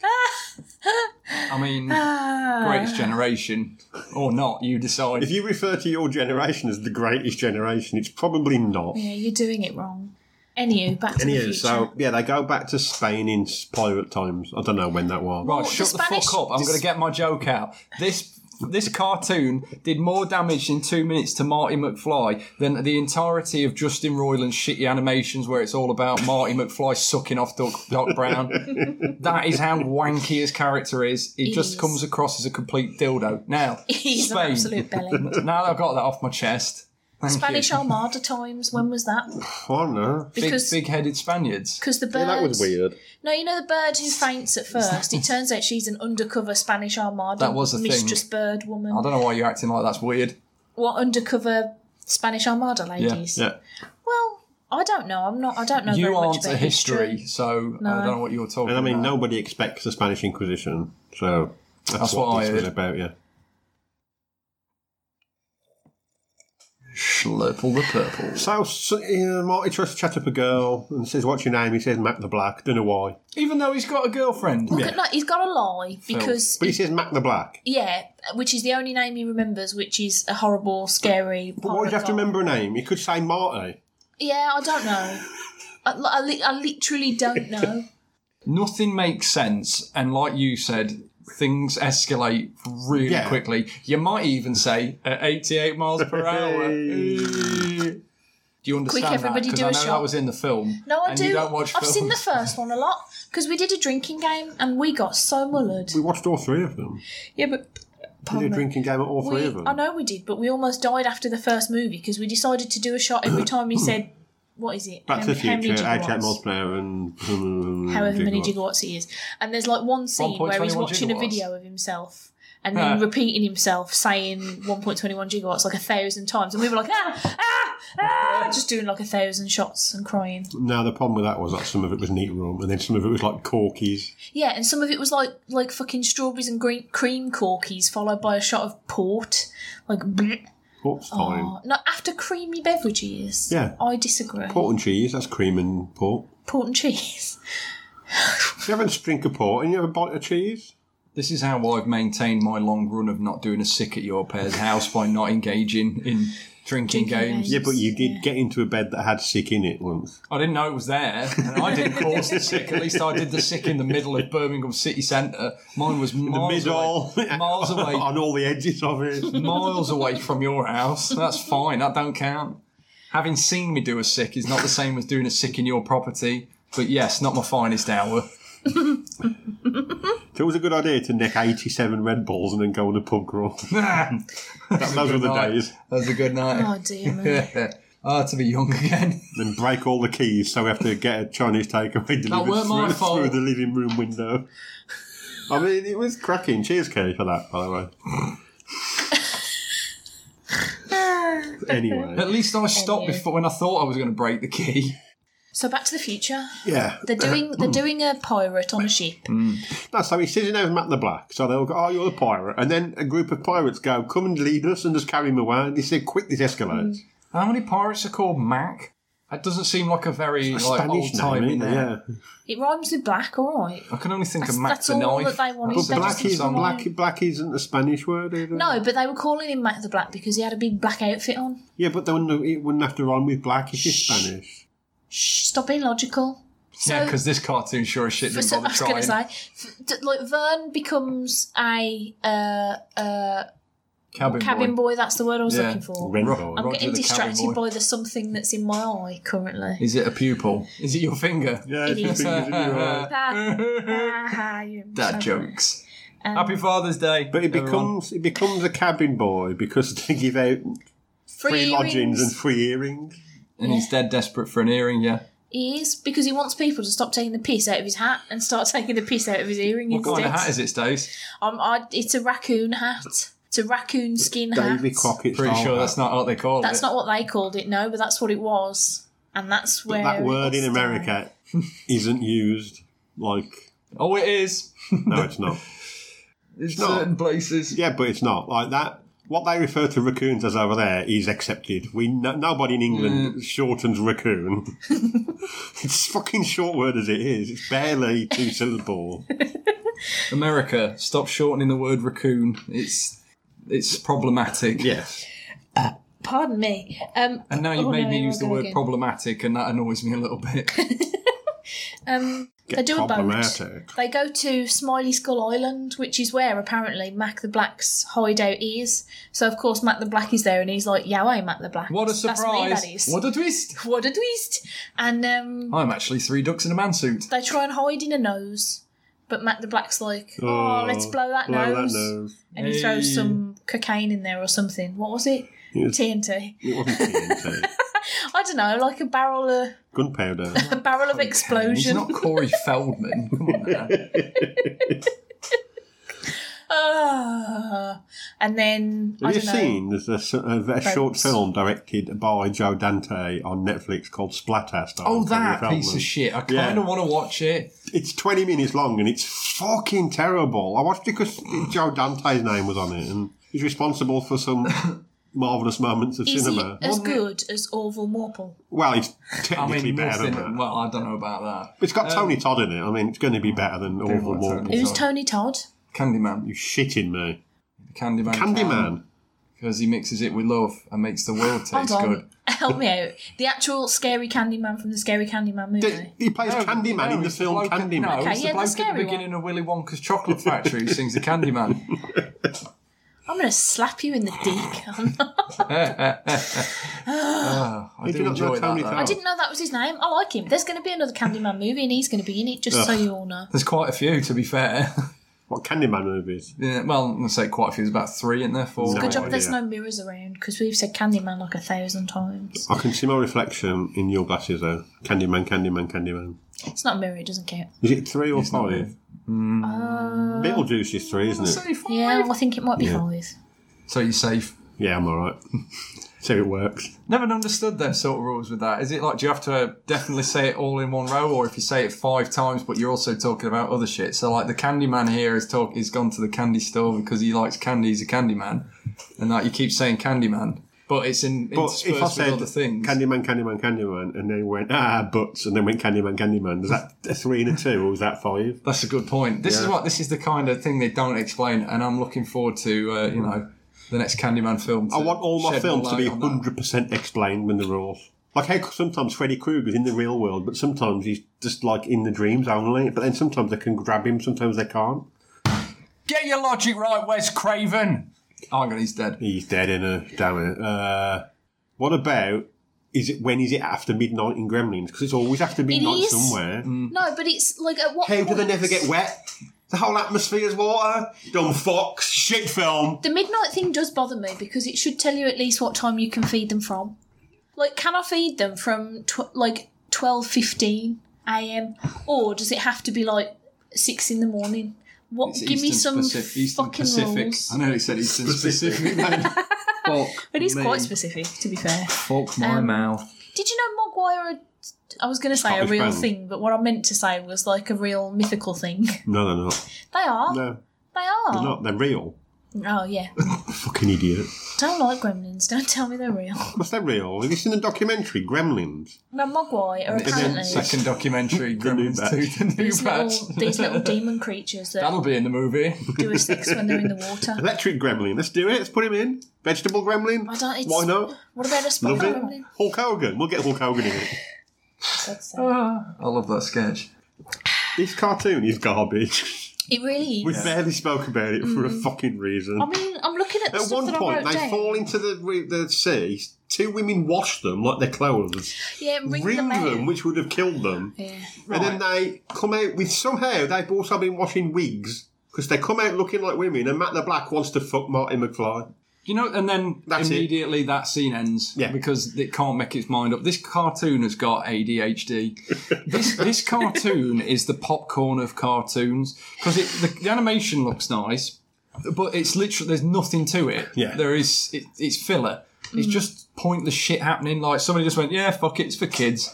Speaker 1: I mean,
Speaker 3: Ah.
Speaker 1: greatest generation. Or not, you decide.
Speaker 2: If you refer to your generation as the greatest generation, it's probably not.
Speaker 3: Yeah, you're doing it wrong. Anywho, back to the
Speaker 2: Anywho,
Speaker 3: future.
Speaker 2: so yeah, they go back to Spain in pirate times. I don't know when that was.
Speaker 1: Right,
Speaker 3: Oh, the
Speaker 1: shut the,
Speaker 3: Spanish-
Speaker 1: fuck up. I'm
Speaker 3: this-
Speaker 1: going to get my joke out. This this cartoon did more damage in two minutes to Marty McFly than the entirety of Justin Roiland's shitty animations, where it's all about Marty McFly sucking off Doc, Doc Brown.
Speaker 3: <laughs>
Speaker 1: that is how wanky his character is. He just
Speaker 3: is.
Speaker 1: comes across as a complete dildo.
Speaker 3: <laughs>
Speaker 1: Now,
Speaker 3: <laughs> He's an
Speaker 1: Spain.
Speaker 3: absolute belly.
Speaker 1: <laughs> now that I've got that off my chest. Thank
Speaker 3: Spanish
Speaker 1: you.
Speaker 3: Armada times. When was that?
Speaker 2: I don't know.
Speaker 1: Big,
Speaker 3: Because
Speaker 1: big-headed Spaniards.
Speaker 3: because the bird.
Speaker 2: Yeah, that was weird.
Speaker 3: No, you know the bird who faints at first. It turns out she's an undercover Spanish Armada.
Speaker 1: That was a thing.
Speaker 3: mistress bird woman.
Speaker 1: I don't know why you're acting like that's weird.
Speaker 3: What undercover Spanish Armada ladies?
Speaker 2: Yeah,
Speaker 3: Well, I don't know. I'm not. I don't know. very
Speaker 1: You
Speaker 3: much
Speaker 1: aren't
Speaker 3: about
Speaker 1: a history, so I don't know what you're talking
Speaker 2: and I mean,
Speaker 1: about.
Speaker 2: nobody expects the Spanish Inquisition, so that's,
Speaker 1: That's
Speaker 2: what,
Speaker 1: what I
Speaker 2: this was
Speaker 1: heard.
Speaker 2: about. Yeah,
Speaker 1: Schlurple the purple.
Speaker 2: so, so yeah, Marty tries to chat up a girl and says, "What's your name?" He says, "Mac the Black." Don't know why,
Speaker 1: Even though he's got a girlfriend.
Speaker 3: Look at that. He's got a lie because
Speaker 2: but he says, "Mac the Black."
Speaker 3: yeah, which is the only name he remembers, which is a horrible, scary.
Speaker 2: But why do you have to remember a name? He could say Marty.
Speaker 3: Yeah, I don't know. I, I, li- I literally don't know.
Speaker 1: Nothing makes sense, and like you said, things escalate really
Speaker 2: Yeah.
Speaker 1: quickly. You might even say at 88 miles per <laughs> hour.
Speaker 2: Hey.
Speaker 1: Do you understand
Speaker 3: everybody
Speaker 1: that? 'Cause
Speaker 3: do
Speaker 1: I
Speaker 3: a
Speaker 1: know
Speaker 3: shot.
Speaker 1: that was in the film.
Speaker 3: No, I
Speaker 1: and
Speaker 3: do.
Speaker 1: You don't watch
Speaker 3: I've seen the
Speaker 1: films.
Speaker 3: first one a lot because we did a drinking game and we got so mullered.
Speaker 2: We watched all three of them.
Speaker 3: Yeah, but
Speaker 2: We did
Speaker 3: Pardon
Speaker 2: a
Speaker 3: me.
Speaker 2: drinking game at all three
Speaker 3: we,
Speaker 2: of them.
Speaker 3: I know we did, but we almost died after the first movie because we decided to do a shot every time he said, <clears throat> "What is it?"
Speaker 2: Back
Speaker 3: How
Speaker 2: to the
Speaker 3: many- how many
Speaker 2: Future,
Speaker 3: gigawatts?
Speaker 2: Agent Multiplayer, and <laughs>
Speaker 3: however many Mm, gigawatts he is. And there's like one scene where he's
Speaker 1: 1.21
Speaker 3: watching a
Speaker 1: gigawatts.
Speaker 3: video of himself and then
Speaker 1: Ah.
Speaker 3: repeating himself saying 1.21 gigawatts like a thousand times. And we were like, ah, ah, ah, just doing like a thousand shots and crying.
Speaker 2: No, the problem with that was that some of it was neat rum, and then some of it was like corkies.
Speaker 3: Yeah, and some of it was like like fucking strawberries and green cream corkies, followed by a shot of port. Like, bleh.
Speaker 2: Port's fine.
Speaker 3: Oh, no, after creamy beverages.
Speaker 2: Yeah.
Speaker 3: I disagree. Port,
Speaker 2: Port and cheese, that's cream and port.
Speaker 3: and <laughs> cheese.
Speaker 2: You have a drink of port and you have a bite of cheese?
Speaker 1: This is how I've maintained my long run of not doing a sick at your pair's house by not engaging in drinking games.
Speaker 3: games.
Speaker 2: Yeah, but you did get into a bed that had sick in it once.
Speaker 1: I didn't know it was there, and I didn't
Speaker 2: <laughs>
Speaker 1: cause the sick. At least I did the sick in the middle of Birmingham city centre. Mine was miles
Speaker 2: Middle,
Speaker 1: away,
Speaker 2: <laughs>
Speaker 1: miles away,
Speaker 2: on all the edges
Speaker 1: <laughs>
Speaker 2: of it.
Speaker 1: miles away from your house. That's fine. That don't count. Having seen me do a sick is not the same as doing a sick in your property. But yes, not my finest hour. <laughs>
Speaker 2: So it was a good idea to nick 87 Red Bulls and then go on a pub <laughs> crawl.
Speaker 1: that,
Speaker 2: Those were the days.
Speaker 1: That was a good
Speaker 3: Oh
Speaker 1: night.
Speaker 3: dear me.
Speaker 1: <laughs> Ah, to be young again. <laughs>
Speaker 2: Then break all the keys so we have to get a Chinese takeaway delivered
Speaker 1: weren't my
Speaker 2: through,
Speaker 1: fault.
Speaker 2: through the living room window. I mean, it was cracking. Cheers, Kerry, for that, by
Speaker 1: <laughs>
Speaker 2: the way.
Speaker 3: Ah.
Speaker 2: anyway.
Speaker 1: <laughs> At least I stopped
Speaker 3: Anyway.
Speaker 1: before when I thought I was going to break the key.
Speaker 3: so back to the future.
Speaker 2: Yeah.
Speaker 3: They're doing <clears throat> they're doing a pirate on a ship.
Speaker 2: No, so he says his name's Matt the Black. So they'll go, oh, you're the pirate. And then a group of pirates go, come and lead us and just carry him away. And he said, quick, this escalates.
Speaker 1: How many pirates are called Mac? That doesn't seem like a very
Speaker 2: A
Speaker 1: like old
Speaker 2: Spanish
Speaker 1: time in
Speaker 2: name, isn't it?
Speaker 1: there.
Speaker 2: Yeah.
Speaker 3: It rhymes with black, all right.
Speaker 1: I can only think
Speaker 3: That's-
Speaker 1: of Mac
Speaker 3: that's
Speaker 1: the
Speaker 3: all
Speaker 1: knife.
Speaker 3: that they wanted.
Speaker 1: That's
Speaker 2: But
Speaker 3: They
Speaker 1: all
Speaker 2: black,
Speaker 1: that
Speaker 3: just
Speaker 2: is,
Speaker 1: someone-
Speaker 2: black, black isn't a Spanish word either.
Speaker 3: No, but they were calling him Mac the Black because he had a big black outfit on.
Speaker 2: Yeah, but they wouldn't, it wouldn't have to rhyme with black if it's Spanish.
Speaker 3: Shh, stop being logical.
Speaker 1: Yeah,
Speaker 3: So-
Speaker 1: because this cartoon sure as shit
Speaker 3: For
Speaker 1: didn't
Speaker 3: some, I
Speaker 1: bother
Speaker 3: was going to
Speaker 1: trying.
Speaker 3: say, f- d- like Vern becomes a uh, uh,
Speaker 1: cabin,
Speaker 3: cabin
Speaker 1: boy.
Speaker 3: boy. That's the word I was
Speaker 1: Yeah.
Speaker 3: looking for.
Speaker 2: Ren-
Speaker 1: Ro-
Speaker 2: I'm
Speaker 3: I'm
Speaker 1: Roger
Speaker 3: getting
Speaker 1: the cabin
Speaker 3: distracted
Speaker 1: boy.
Speaker 3: by the something that's in my eye currently.
Speaker 1: Is it a pupil? Is it your finger?
Speaker 2: Yeah, it's
Speaker 3: It
Speaker 2: just
Speaker 3: is.
Speaker 2: fingers in
Speaker 3: <laughs>
Speaker 2: your eye.
Speaker 1: Dad <laughs>
Speaker 3: that
Speaker 1: jokes.
Speaker 3: Um,
Speaker 1: Happy Father's Day.
Speaker 2: But it
Speaker 1: everyone.
Speaker 2: becomes it becomes a cabin boy because they give out free lodgings and free earrings.
Speaker 1: and he's dead desperate for an earring. Yeah.
Speaker 3: He is because he wants people to stop taking the piss out of his hat and start <laughs> taking the piss out of his earring
Speaker 1: What kind
Speaker 3: instead.
Speaker 1: of hat is it, Stace?
Speaker 3: um, I, it's a raccoon hat. It's a raccoon skin hat.
Speaker 2: Davy Crockett.
Speaker 1: Pretty sure that's not what they call
Speaker 3: That's
Speaker 1: it.
Speaker 3: not what they called it, no, but that's what it was, and that's where
Speaker 2: that
Speaker 3: it
Speaker 2: word in
Speaker 3: started. <laughs>
Speaker 2: America isn't used like
Speaker 1: oh, it is.
Speaker 2: no, it's not.
Speaker 1: In
Speaker 2: not.
Speaker 1: certain places.
Speaker 2: Yeah, but it's not like that. What they refer to raccoons as over there is accepted. We no, nobody in England
Speaker 3: Mm. <laughs>
Speaker 2: shortens raccoon. it's fucking short word as it is. It's barely two syllable.
Speaker 1: America, stop shortening the word raccoon. It's it's problematic.
Speaker 2: Yes.
Speaker 3: Pardon me. Um,
Speaker 1: And now you've
Speaker 3: oh,
Speaker 1: made
Speaker 3: no,
Speaker 1: me
Speaker 3: here
Speaker 1: use
Speaker 3: I
Speaker 1: the
Speaker 3: go
Speaker 1: word
Speaker 3: again.
Speaker 1: problematic, and that annoys me a little
Speaker 3: <laughs>
Speaker 1: bit.
Speaker 3: Um, they
Speaker 2: Get
Speaker 3: do a boat.
Speaker 2: problematic.
Speaker 3: They go to Smiley Skull Island, which is where apparently Mac the Black's hideout is. So of course Mac the Black is there, and he's like, "Yeah, I'm Mac the Black."
Speaker 1: What
Speaker 3: That's
Speaker 1: a surprise!
Speaker 3: me, that is.
Speaker 1: What a twist!
Speaker 3: What a twist! And um,
Speaker 1: I'm actually three ducks in a man suit.
Speaker 3: they try and hide in a nose, but Mac the Black's like, "Oh, let's blow that
Speaker 2: blow
Speaker 3: nose,"
Speaker 2: That nose.
Speaker 3: and he
Speaker 1: Hey.
Speaker 3: throws some cocaine in there or something. What was it?
Speaker 2: It was-
Speaker 3: TNT.
Speaker 2: it wasn't TNT.
Speaker 3: <laughs> I don't know, like a barrel of
Speaker 2: Gunpowder.
Speaker 3: a barrel of
Speaker 1: He's
Speaker 3: explosion. <laughs>
Speaker 1: not Corey Feldman. Come on now.
Speaker 3: Ah. and then I
Speaker 2: Have you
Speaker 3: don't know.
Speaker 2: seen there's a, s- a- a short film directed by Joe Dante on Netflix called Splatter? starring
Speaker 1: Oh,
Speaker 2: Corey
Speaker 1: that piece
Speaker 2: Feldman.
Speaker 1: of shit. I
Speaker 2: Yeah.
Speaker 1: kind of want to watch it.
Speaker 2: It's 20 minutes long and it's fucking terrible. I watched it because Joe Dante's name was on it and he's responsible
Speaker 3: <laughs>
Speaker 2: for some marvellous moments of
Speaker 3: Is
Speaker 2: cinema.
Speaker 3: it as
Speaker 1: Wasn't it-
Speaker 3: good as Orville Morple?
Speaker 2: Well, it's
Speaker 1: I
Speaker 2: technically
Speaker 1: mean,
Speaker 2: better than
Speaker 1: nothing.
Speaker 2: that.
Speaker 1: Well, I don't know about that.
Speaker 2: But it's got Tony Todd in it. I mean, it's going to be better than Orville
Speaker 1: like Tony
Speaker 2: Morton.
Speaker 1: Todd.
Speaker 2: You're
Speaker 3: Who's
Speaker 1: Sorry.
Speaker 3: Tony Todd?
Speaker 1: Candyman.
Speaker 2: shitting me.
Speaker 1: Candyman.
Speaker 2: Candyman.
Speaker 1: Because he mixes it with love and makes the world
Speaker 3: Hold
Speaker 1: taste
Speaker 3: on.
Speaker 1: good.
Speaker 3: <laughs> Help me out. The actual scary Candyman from the Scary Candyman movie.
Speaker 2: D- He plays Candyman
Speaker 1: no,
Speaker 2: in the
Speaker 1: it's the
Speaker 2: film
Speaker 1: bloke at-
Speaker 2: Candyman.
Speaker 1: No,
Speaker 3: Okay, yeah,
Speaker 1: it's
Speaker 3: the
Speaker 1: the bloke at
Speaker 3: scary
Speaker 1: the beginning of Willy Wonka's Chocolate Factory who
Speaker 2: <laughs>
Speaker 1: sings the Candyman.
Speaker 3: I'm going to slap you in the dick. <laughs>
Speaker 1: Ah, I
Speaker 2: Did
Speaker 1: do
Speaker 2: you not know
Speaker 1: enjoy that.
Speaker 2: Tony
Speaker 1: though.
Speaker 2: Todd?
Speaker 3: I didn't know that was his name. I like him. There's going to be another Candyman movie and he's going to be in it, just so you all know.
Speaker 1: There's quite a few, to be fair.
Speaker 2: What Candyman movies?
Speaker 1: yeah, well, I'm going to say quite a few. There's about three in there. Four.
Speaker 2: No
Speaker 3: Good job
Speaker 2: idea.
Speaker 3: there's no mirrors around because we've said Candyman like a thousand times.
Speaker 2: I can see my reflection in your glasses though. Candyman, Candyman, Candyman.
Speaker 3: It's not a mirror, it doesn't count.
Speaker 2: Is it three or five? Beetlejuice is three, isn't it?
Speaker 1: Say five.
Speaker 3: Yeah, well, I think it might be five.
Speaker 1: So you're safe.
Speaker 2: Yeah, I'm all right. <laughs> so it works.
Speaker 1: Never understood their sort of rules with that. Is it like do you have to definitely say it all in one row, or if you say it five times, but you're also talking about other shit? So like the candy man here is talk, he's gone to the candy store because he likes candy. He's a candy man, and like you keep saying candy man, but it's in
Speaker 2: But
Speaker 1: interspersed
Speaker 2: if I
Speaker 1: with
Speaker 2: said
Speaker 1: other things.
Speaker 2: Candyman, Candyman, Candyman, and then went ah butts, and then went Candyman, Candyman, is that a three and a two, or was that five?
Speaker 1: That's a good point. This is
Speaker 2: Yeah.
Speaker 1: what this is the kind of thing they don't explain, and I'm looking forward to uh, you know the next Candyman film.
Speaker 2: Hmm. I want all my
Speaker 1: shed
Speaker 2: films
Speaker 1: more
Speaker 2: to be
Speaker 1: light on that.
Speaker 2: hundred percent explained when the rules. Like how sometimes Freddy Krueger's in the real world, but sometimes he's just like in the dreams only. But then sometimes they can grab him, sometimes they can't.
Speaker 1: Get your logic right, Wes Craven. Oh my god, he's dead.
Speaker 2: He's dead in a damn it. Uh, what about is it when is it after midnight in Gremlins? Because it's always after midnight
Speaker 3: is.
Speaker 2: somewhere.
Speaker 1: Mm.
Speaker 3: No, but it's like at what
Speaker 2: How do they
Speaker 3: point-
Speaker 2: never get wet? The whole atmosphere's water. Dumb fox. Shit film.
Speaker 3: The midnight thing does bother me because it should tell you at least what time you can feed them from. Like, can I feed them from tw- like twelve fifteen a.m. or does it have to be like six in the morning? What?
Speaker 1: It's
Speaker 3: give me
Speaker 1: Eastern
Speaker 3: some
Speaker 1: Pacific- Eastern
Speaker 3: fucking
Speaker 1: Pacific.
Speaker 3: rules.
Speaker 1: I know it said Eastern Pacific. man.
Speaker 3: <laughs>
Speaker 1: Fuck
Speaker 3: It is
Speaker 1: me.
Speaker 3: quite specific, Um, to be fair.
Speaker 1: Fuck my mouth.
Speaker 3: Did you know Mogwai are? A, I was going to say
Speaker 2: Scottish
Speaker 3: a real
Speaker 2: band.
Speaker 3: thing, but what I meant to say was like a real mythical thing. <laughs>
Speaker 2: No, they're not.
Speaker 3: They are.
Speaker 2: No,
Speaker 3: They are.
Speaker 2: they're not. They're real.
Speaker 3: Oh yeah.
Speaker 2: Fucking idiot.
Speaker 3: Don't like gremlins. Don't tell me they're <laughs> real.
Speaker 2: What's that real? Have you seen the documentary Gremlins?
Speaker 3: Now Mogwai are apparently
Speaker 1: Second documentary, Gremlins
Speaker 2: batch.
Speaker 1: 2, <laughs> the new
Speaker 3: these
Speaker 1: batch.
Speaker 3: little, these
Speaker 2: <laughs>
Speaker 3: little demon creatures that
Speaker 1: That'll be in the movie.
Speaker 3: do a sex when they're in the
Speaker 2: <laughs>
Speaker 3: water.
Speaker 2: Electric Gremlin. Let's do it. Let's put him in. Vegetable Gremlin.
Speaker 3: I don't- it's-
Speaker 2: Why not?
Speaker 3: What about a
Speaker 2: Love
Speaker 3: spider
Speaker 2: it.
Speaker 3: gremlin?
Speaker 2: Hulk Hogan. We'll get Hulk Hogan in it.
Speaker 3: God's sake.
Speaker 2: Uh,
Speaker 1: I love that sketch.
Speaker 2: This cartoon is garbage. <laughs>
Speaker 3: It really
Speaker 2: We
Speaker 3: is.
Speaker 2: barely spoke about it for a fucking reason.
Speaker 3: I mean, Mm. I'm looking at the
Speaker 2: At
Speaker 3: stuff
Speaker 2: one
Speaker 3: that I
Speaker 2: point,
Speaker 3: wrote
Speaker 2: they
Speaker 3: down.
Speaker 2: fall into the re- the sea. Two women wash them like their clothes,
Speaker 3: yeah, ring,
Speaker 2: ring
Speaker 3: them, out.
Speaker 2: them, which would have killed them,
Speaker 3: yeah.
Speaker 2: and then they come out with somehow they've also been washing wigs because they come out looking like women. And Matt the Black wants to fuck Marty McFly.
Speaker 1: You know, and then
Speaker 2: That's it.
Speaker 1: immediately that scene ends
Speaker 2: Yeah.
Speaker 1: because it can't make its mind up. This cartoon has got
Speaker 2: <laughs>
Speaker 1: ADHD. this this cartoon is the popcorn of cartoons because the, the animation looks nice, but it's literally there's nothing to it.
Speaker 2: Yeah.
Speaker 1: there is. It, it's filler. It's just pointless shit happening. Like somebody just went, "Yeah, fuck it, it's for kids."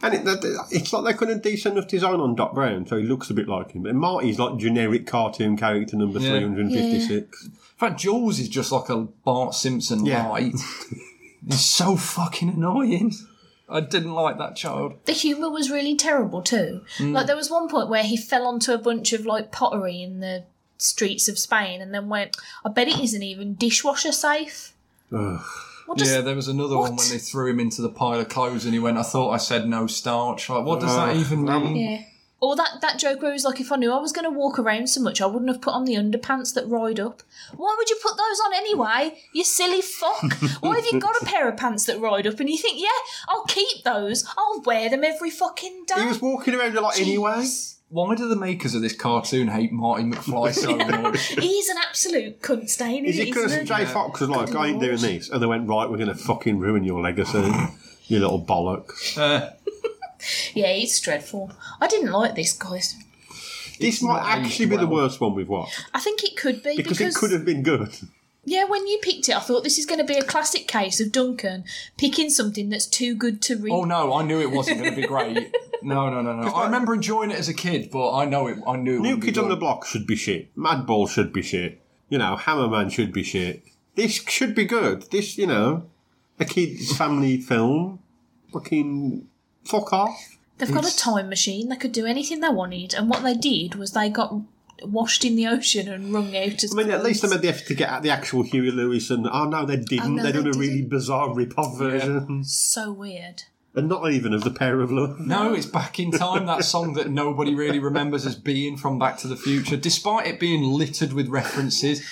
Speaker 2: And it, that- that- it's like they couldn't decent enough design on Doc Brown, so he looks a bit like him. And Marty's like generic cartoon character number
Speaker 1: Yeah.
Speaker 2: three hundred and fifty-six.
Speaker 1: In fact, Jules is just like a Bart Simpson
Speaker 2: Yeah. <laughs>
Speaker 1: light. He's so fucking annoying. I didn't like that child.
Speaker 3: The humour was really terrible too.
Speaker 2: Mm.
Speaker 3: Like there was one point where he fell onto a bunch of like pottery in the streets of Spain, and then went, "I bet it isn't even dishwasher safe." Well, just
Speaker 1: yeah, there was another one
Speaker 3: what?
Speaker 1: when they threw him into the pile of clothes and he went, I thought I said no starch. Like, what does that
Speaker 2: Uh,
Speaker 1: even mean?
Speaker 3: Yeah. Or Oh, that, that joke where he was like, if I knew I was going to walk around so much, I wouldn't have put on the underpants that ride up. Why would you put those on anyway? You silly
Speaker 2: <laughs>
Speaker 3: fuck. Why have you got a pair of pants that ride up and you think, yeah, I'll keep those. I'll wear them every fucking day.
Speaker 2: He was walking around a lot anyway.
Speaker 1: Why do the makers of this cartoon hate Marty
Speaker 3: <laughs>
Speaker 1: McFly so much?
Speaker 3: He's an absolute cunt stain,
Speaker 2: Is
Speaker 3: isn't
Speaker 2: it
Speaker 3: he?
Speaker 2: because
Speaker 3: Isn't
Speaker 2: Jay
Speaker 3: he?
Speaker 2: Fox was like, I ain't doing this? And they went, right, we're going to fucking ruin your legacy, you little bollock.
Speaker 3: Yeah, he's dreadful. I didn't like this, guys.
Speaker 2: This might
Speaker 1: not aged
Speaker 2: actually be the
Speaker 1: well.
Speaker 2: worst one we've watched
Speaker 3: I think it could be
Speaker 2: because, it could have been good.
Speaker 3: Yeah, when you picked it, I thought this is going to be a classic case of Duncan picking something that's too good to read.
Speaker 1: oh no, I knew it
Speaker 3: <laughs>
Speaker 1: wasn't going to be great. No, no, no, no. I remember enjoying it as a kid, but I know it. I knew it
Speaker 2: New
Speaker 1: wouldn't be
Speaker 2: Kids on the
Speaker 1: good.
Speaker 2: Block should be shit. Madball should be shit. You know, Hammerman should be shit. This should be good. This, you know, a kid's family film. Fucking fuck off.
Speaker 3: They've got a time machine. They could do anything they wanted, and what they did was they got washed in the ocean and wrung out. As
Speaker 2: I mean, at least they made the effort to get at the actual Huey Lewis and, oh no, they didn't.
Speaker 3: no,
Speaker 2: they did
Speaker 3: they
Speaker 2: a really
Speaker 3: didn't.
Speaker 2: bizarre rip-off version.
Speaker 3: so weird.
Speaker 2: And not even of The Pair of Love.
Speaker 1: No, it's Back in Time, that song that nobody really remembers as being from Back to the Future, despite it being littered with references.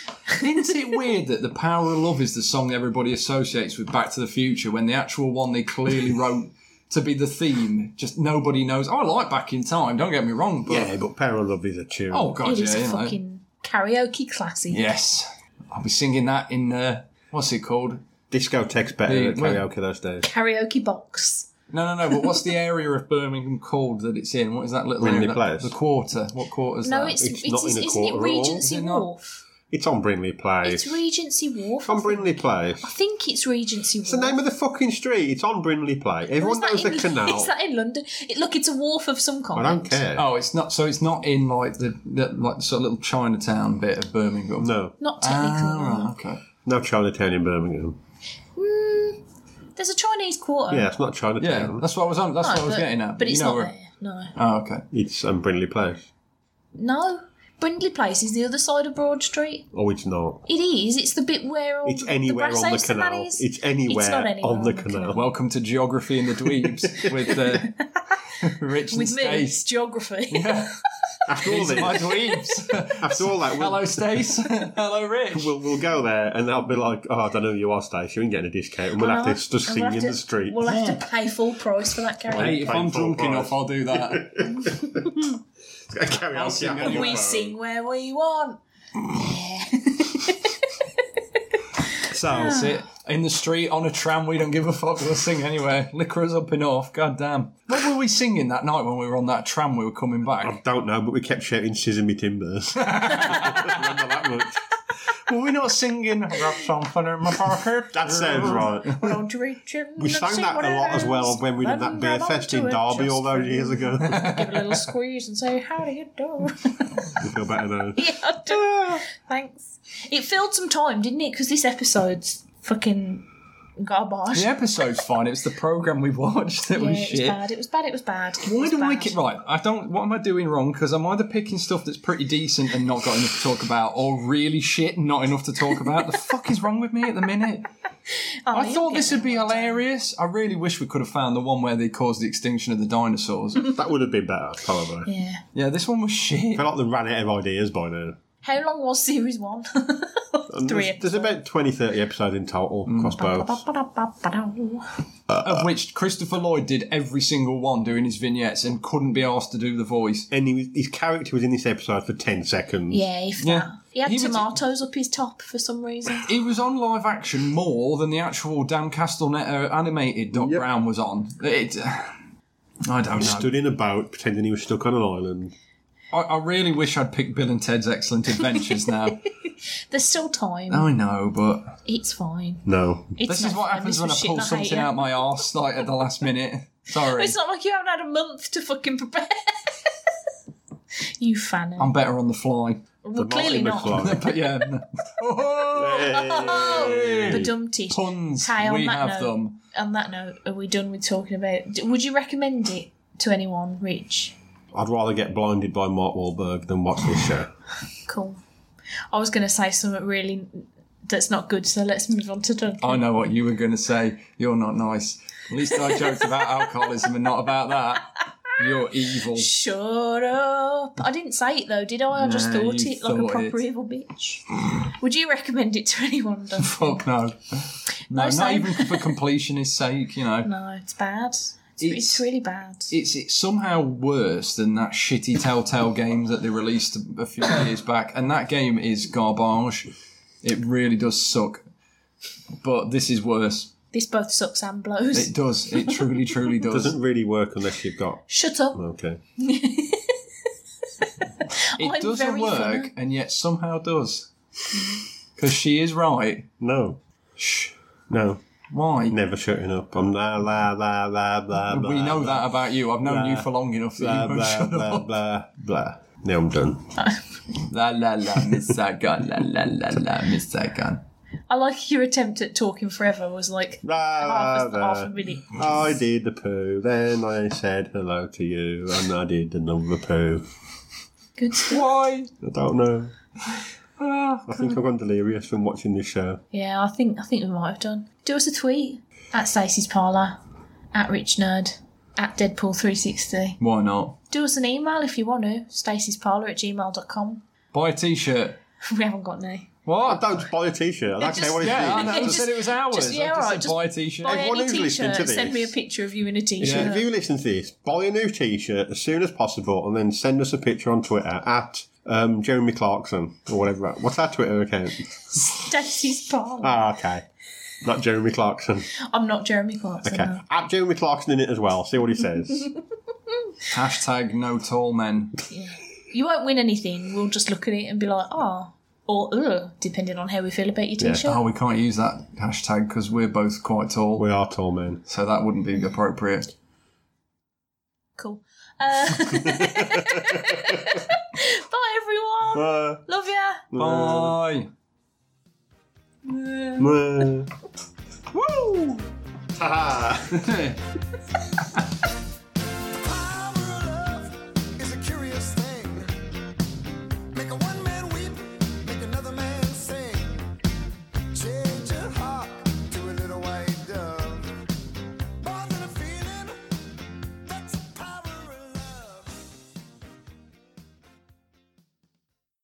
Speaker 1: Isn't it weird that The Power of Love is the song everybody associates with Back to the Future when the actual one they clearly wrote to be the theme, just nobody knows. I like Back in Time, don't get me wrong, but.
Speaker 2: Yeah, but Power of Love is a tune.
Speaker 1: Oh, God,
Speaker 3: It is
Speaker 1: yeah,
Speaker 3: a
Speaker 1: you know.
Speaker 3: fucking karaoke classic.
Speaker 1: Yes. I'll be singing that in, uh, what's it called?
Speaker 2: Discotheque's better
Speaker 1: Yeah,
Speaker 2: than
Speaker 1: well-
Speaker 2: karaoke those days.
Speaker 3: Karaoke box.
Speaker 1: No, no, no, but what's the area of Birmingham called that it's in? What is that little
Speaker 2: Windley
Speaker 1: area?
Speaker 2: Place.
Speaker 1: The quarter. What quarter's
Speaker 3: No,
Speaker 1: that?
Speaker 3: it's,
Speaker 2: It's
Speaker 3: it's,
Speaker 2: not in a
Speaker 3: isn't it
Speaker 2: quarter at
Speaker 1: is
Speaker 2: all,
Speaker 3: Regency
Speaker 1: it not?
Speaker 3: Wharf?
Speaker 2: It's on Brinley Place.
Speaker 3: It's Regency Wharf.
Speaker 2: It's on Brinley Place.
Speaker 3: I think it's Regency Wharf.
Speaker 2: It's the name of the fucking street. It's on Brinley Place. Everyone knows
Speaker 3: <laughs>
Speaker 2: the
Speaker 3: in,
Speaker 2: canal.
Speaker 3: Is that in London? It, look, it's a wharf of some kind.
Speaker 2: I don't care.
Speaker 1: Oh, it's not. So it's not in like the, the like sort of little Chinatown bit of Birmingham.
Speaker 2: No,
Speaker 3: Not technically.
Speaker 1: Ah, right, okay.
Speaker 2: no Chinatown in Birmingham.
Speaker 3: There's a Chinese quarter.
Speaker 2: Yeah, it's not
Speaker 1: Yeah,
Speaker 2: Chinatown.
Speaker 1: that's what I was on. That's what I was
Speaker 3: but,
Speaker 1: getting at.
Speaker 3: But it's
Speaker 1: You know
Speaker 3: not
Speaker 1: where-
Speaker 3: there. No.
Speaker 1: Oh, okay.
Speaker 2: It's on Brinley Place.
Speaker 3: No. Brindley Place is the other side of Broad Street.
Speaker 2: Oh, it's not.
Speaker 3: It is. It's the bit where all
Speaker 2: It's
Speaker 3: the,
Speaker 2: anywhere
Speaker 3: the brass
Speaker 2: on the
Speaker 3: house and that
Speaker 2: canal.
Speaker 3: is.
Speaker 2: It's anywhere,
Speaker 3: It's not anywhere
Speaker 2: on the canal.
Speaker 1: Welcome to Geography and
Speaker 3: <laughs>
Speaker 1: the Dweebs with uh, Rich and
Speaker 3: With me, it's
Speaker 1: Stace. <laughs>
Speaker 3: geography.
Speaker 2: After all
Speaker 1: These are my
Speaker 2: this,
Speaker 1: dweebs. <laughs>
Speaker 2: after all that, we'll,
Speaker 1: Hello, Stace. <laughs> Hello, Rich.
Speaker 2: we'll we'll go there and they'll be like, "Oh, I don't know who you are, Stacey. You ain't getting a discount." And we'll have to
Speaker 3: <laughs> Well,
Speaker 2: just
Speaker 3: we'll
Speaker 2: sing
Speaker 3: have
Speaker 2: in
Speaker 3: to-
Speaker 2: the street. <laughs>
Speaker 3: We'll have to pay full price for that karaoke.
Speaker 1: Hey, if
Speaker 2: Pay
Speaker 1: I'm
Speaker 2: full
Speaker 1: drunk
Speaker 2: price.
Speaker 1: enough, I'll do
Speaker 2: <laughs>
Speaker 1: that.
Speaker 2: Carry on,
Speaker 1: I'll sing
Speaker 2: yeah.
Speaker 1: anyway.
Speaker 3: we sing where we want.
Speaker 1: So sit in the street on a tram. We don't give a fuck. We'll sing anyway. Liquor us up enough. God damn. What were we singing that night when we were on that tram? We were coming back.
Speaker 2: Don't know, but we kept shouting "Scissor me timbers." <laughs> Remember that much?
Speaker 1: were we not singing? I got something in my pocket.
Speaker 2: <laughs> That sounds right.
Speaker 3: <laughs> Don't reach in
Speaker 2: We
Speaker 3: and
Speaker 2: sang
Speaker 3: see
Speaker 2: that
Speaker 3: what
Speaker 2: a
Speaker 3: it
Speaker 2: lot as well
Speaker 3: is.
Speaker 2: when we did
Speaker 3: Let
Speaker 2: that
Speaker 3: them
Speaker 2: beer
Speaker 3: grab onto
Speaker 2: fest in
Speaker 3: it
Speaker 2: Derby
Speaker 3: just
Speaker 2: all those
Speaker 3: for
Speaker 2: years
Speaker 3: you. <laughs>
Speaker 2: ago.
Speaker 3: Give it a little squeeze and say, "How do you
Speaker 2: <laughs>
Speaker 3: do?" <laughs>
Speaker 2: I feel better now.
Speaker 3: Yeah, I do. Thanks. It filled some time, didn't it? Because this episode's fucking garbage.
Speaker 1: The episode's fine. It was the program we watched that
Speaker 3: Yeah,
Speaker 1: was
Speaker 3: it was
Speaker 1: shit.
Speaker 3: bad. It was bad. It was bad. It
Speaker 1: Why
Speaker 3: was
Speaker 1: do I
Speaker 3: bad.
Speaker 1: keep right? I don't. What am I doing wrong? Because I'm either picking stuff that's pretty decent and not got enough to talk about, or really shit and not enough to talk about. the fuck is wrong with me at the minute?
Speaker 3: Oh,
Speaker 1: I
Speaker 3: you'll
Speaker 1: thought
Speaker 3: get
Speaker 1: this would be
Speaker 3: it.
Speaker 1: hilarious. I really wish we could have found the one where they caused the extinction of
Speaker 3: <laughs>
Speaker 1: the dinosaurs.
Speaker 2: That would have been better, probably.
Speaker 3: Yeah.
Speaker 1: yeah, this one was shit.
Speaker 2: I feel like they ran out of ideas by now.
Speaker 3: How long was series one? <laughs>
Speaker 2: And
Speaker 3: Three.
Speaker 2: There's, there's about 20, 30 episodes in total
Speaker 1: Mm.
Speaker 2: across both.
Speaker 3: episodes.
Speaker 1: Of which Christopher Lloyd did every single one doing his vignettes and couldn't be asked to do the voice.
Speaker 2: And he was, his character was in this episode for 10 seconds.
Speaker 3: Yeah, if
Speaker 1: Yeah.
Speaker 3: that. He had
Speaker 1: He was-
Speaker 3: tomatoes up his top for some reason.
Speaker 1: He was on live action more than the actual Dan Castellaneta animated Doc
Speaker 2: Yep.
Speaker 1: Brown was on. It. <sighs> I don't know.
Speaker 2: Stood in a boat pretending he was stuck on an island.
Speaker 1: I, I really wish I'd picked Bill and Ted's Excellent Adventures now.
Speaker 3: There's still time.
Speaker 1: I know, but
Speaker 3: It's fine.
Speaker 2: No.
Speaker 3: It's
Speaker 1: Oh. this
Speaker 3: not
Speaker 1: is what
Speaker 3: fine.
Speaker 1: happens
Speaker 3: This
Speaker 1: when I
Speaker 3: was shit
Speaker 1: pull
Speaker 3: and hate
Speaker 1: something
Speaker 3: it.
Speaker 1: out my arse like at the last minute. Sorry,
Speaker 3: It's not like you haven't had a month to fucking prepare. <laughs> you fanner.
Speaker 1: <laughs> I'm better on the fly. <laughs>
Speaker 3: well, clearly
Speaker 2: Marty
Speaker 3: not. <laughs>
Speaker 2: McFly.
Speaker 1: But yeah, no. oh,
Speaker 3: Oh, the dumpty.
Speaker 1: puns.
Speaker 3: Hey, on
Speaker 1: we
Speaker 3: that
Speaker 1: have
Speaker 3: note-
Speaker 1: them.
Speaker 3: On that note, are we done with talking about? d- Would you recommend it to anyone, Rich?
Speaker 2: I'd rather get blinded by Mark Wahlberg than watch this show.
Speaker 3: Cool. I was going to say something really that's not good, so let's move on to Duncan.
Speaker 1: I know what you were going to say. You're not nice. At least I joked about alcoholism and not about that. You're evil.
Speaker 3: Shut up. I didn't say it though, did I? I just
Speaker 1: Nah,
Speaker 3: thought
Speaker 1: you
Speaker 3: it like a
Speaker 1: thought
Speaker 3: proper
Speaker 1: it.
Speaker 3: evil bitch. Would you recommend it to anyone? Duncan?
Speaker 1: <laughs> Fuck no. No, not
Speaker 3: same.
Speaker 1: even for completionist sake. You know,
Speaker 3: no, it's bad. It's, it's,
Speaker 1: It's-
Speaker 3: really bad.
Speaker 1: it's it's somehow worse than that shitty Telltale game that they released a few years back, and that game is garbage. It really does suck. But this is worse.
Speaker 3: this both sucks and blows.
Speaker 1: It does. It truly, <laughs> truly does.
Speaker 2: Doesn't really work unless you've got.
Speaker 3: Shut up.
Speaker 2: Okay.
Speaker 1: it
Speaker 3: I'm
Speaker 1: doesn't
Speaker 3: very
Speaker 1: work,
Speaker 3: funny.
Speaker 1: and yet somehow does. Because she is right.
Speaker 2: No.
Speaker 1: Shh.
Speaker 2: No.
Speaker 1: Why?
Speaker 2: Never shutting up. I'm la la la la la.
Speaker 1: we
Speaker 2: blah,
Speaker 1: know
Speaker 2: blah,
Speaker 1: that about you. I've known you
Speaker 2: Blah.
Speaker 1: for long enough that
Speaker 2: Blah
Speaker 1: you won't
Speaker 2: blah
Speaker 1: shut
Speaker 2: blah
Speaker 1: up.
Speaker 2: blah blah. Now I'm done.
Speaker 1: La la la, Miss Saigon. La la la la, Miss Saigon.
Speaker 3: I like your attempt at talking forever was like half,
Speaker 2: Blah,
Speaker 3: a, half a
Speaker 2: blah,
Speaker 3: minute.
Speaker 2: blah. I did the poo, then I said hello to you, and I did another poo.
Speaker 3: Good stuff.
Speaker 1: Why?
Speaker 2: I don't know.
Speaker 1: Ah.
Speaker 2: I think I've gone delirious from watching this show.
Speaker 3: Yeah, I think I think we might have done. Do us a tweet at Stacey's Parlour, at Rich Nerd, at Deadpool360.
Speaker 1: Why not?
Speaker 3: Do us an email if you want to, Stacey's Parlour at gmail.com.
Speaker 1: Buy a t-shirt.
Speaker 3: <laughs> We haven't got any.
Speaker 1: What?
Speaker 2: Don't buy a t-shirt. I don't
Speaker 3: Just-
Speaker 2: care what it
Speaker 1: Yeah, I
Speaker 2: is.
Speaker 1: know. I
Speaker 3: Just-
Speaker 1: said it was ours.
Speaker 3: just- yeah,
Speaker 1: I just
Speaker 3: alright,
Speaker 1: said
Speaker 3: just-
Speaker 1: buy a t-shirt.
Speaker 3: Buy
Speaker 2: Everyone
Speaker 3: any
Speaker 2: who's listening
Speaker 3: t-shirt.
Speaker 2: to
Speaker 3: Send
Speaker 2: this-
Speaker 3: me a picture of you in a t-shirt.
Speaker 1: Yeah.
Speaker 2: If you listen to this, buy a new t-shirt as soon as possible, and then send us a picture on Twitter at um, Jeremy Clarkson or whatever. What's our Twitter account?
Speaker 3: Stacey's Parlour.
Speaker 2: Ah, okay. Not Jeremy Clarkson.
Speaker 3: I'm not Jeremy Clarkson.
Speaker 2: Ah. Okay.
Speaker 3: no.
Speaker 2: At Jeremy Clarkson in it as well. See what he says.
Speaker 1: Hashtag no tall men.
Speaker 3: You won't win anything. We'll just look at it and be like, oh, or ugh, depending on how we feel about your
Speaker 2: Yeah.
Speaker 3: t-shirt.
Speaker 1: Oh, we can't use that hashtag because we're both quite tall,
Speaker 2: We are tall men.
Speaker 1: so that wouldn't be appropriate.
Speaker 3: Cool. Uh, <laughs>
Speaker 2: <laughs>
Speaker 3: bye everyone.
Speaker 2: Uh,
Speaker 3: Love ya.
Speaker 1: <laughs> Bye.
Speaker 2: Woo! Ha ha!
Speaker 1: Hey.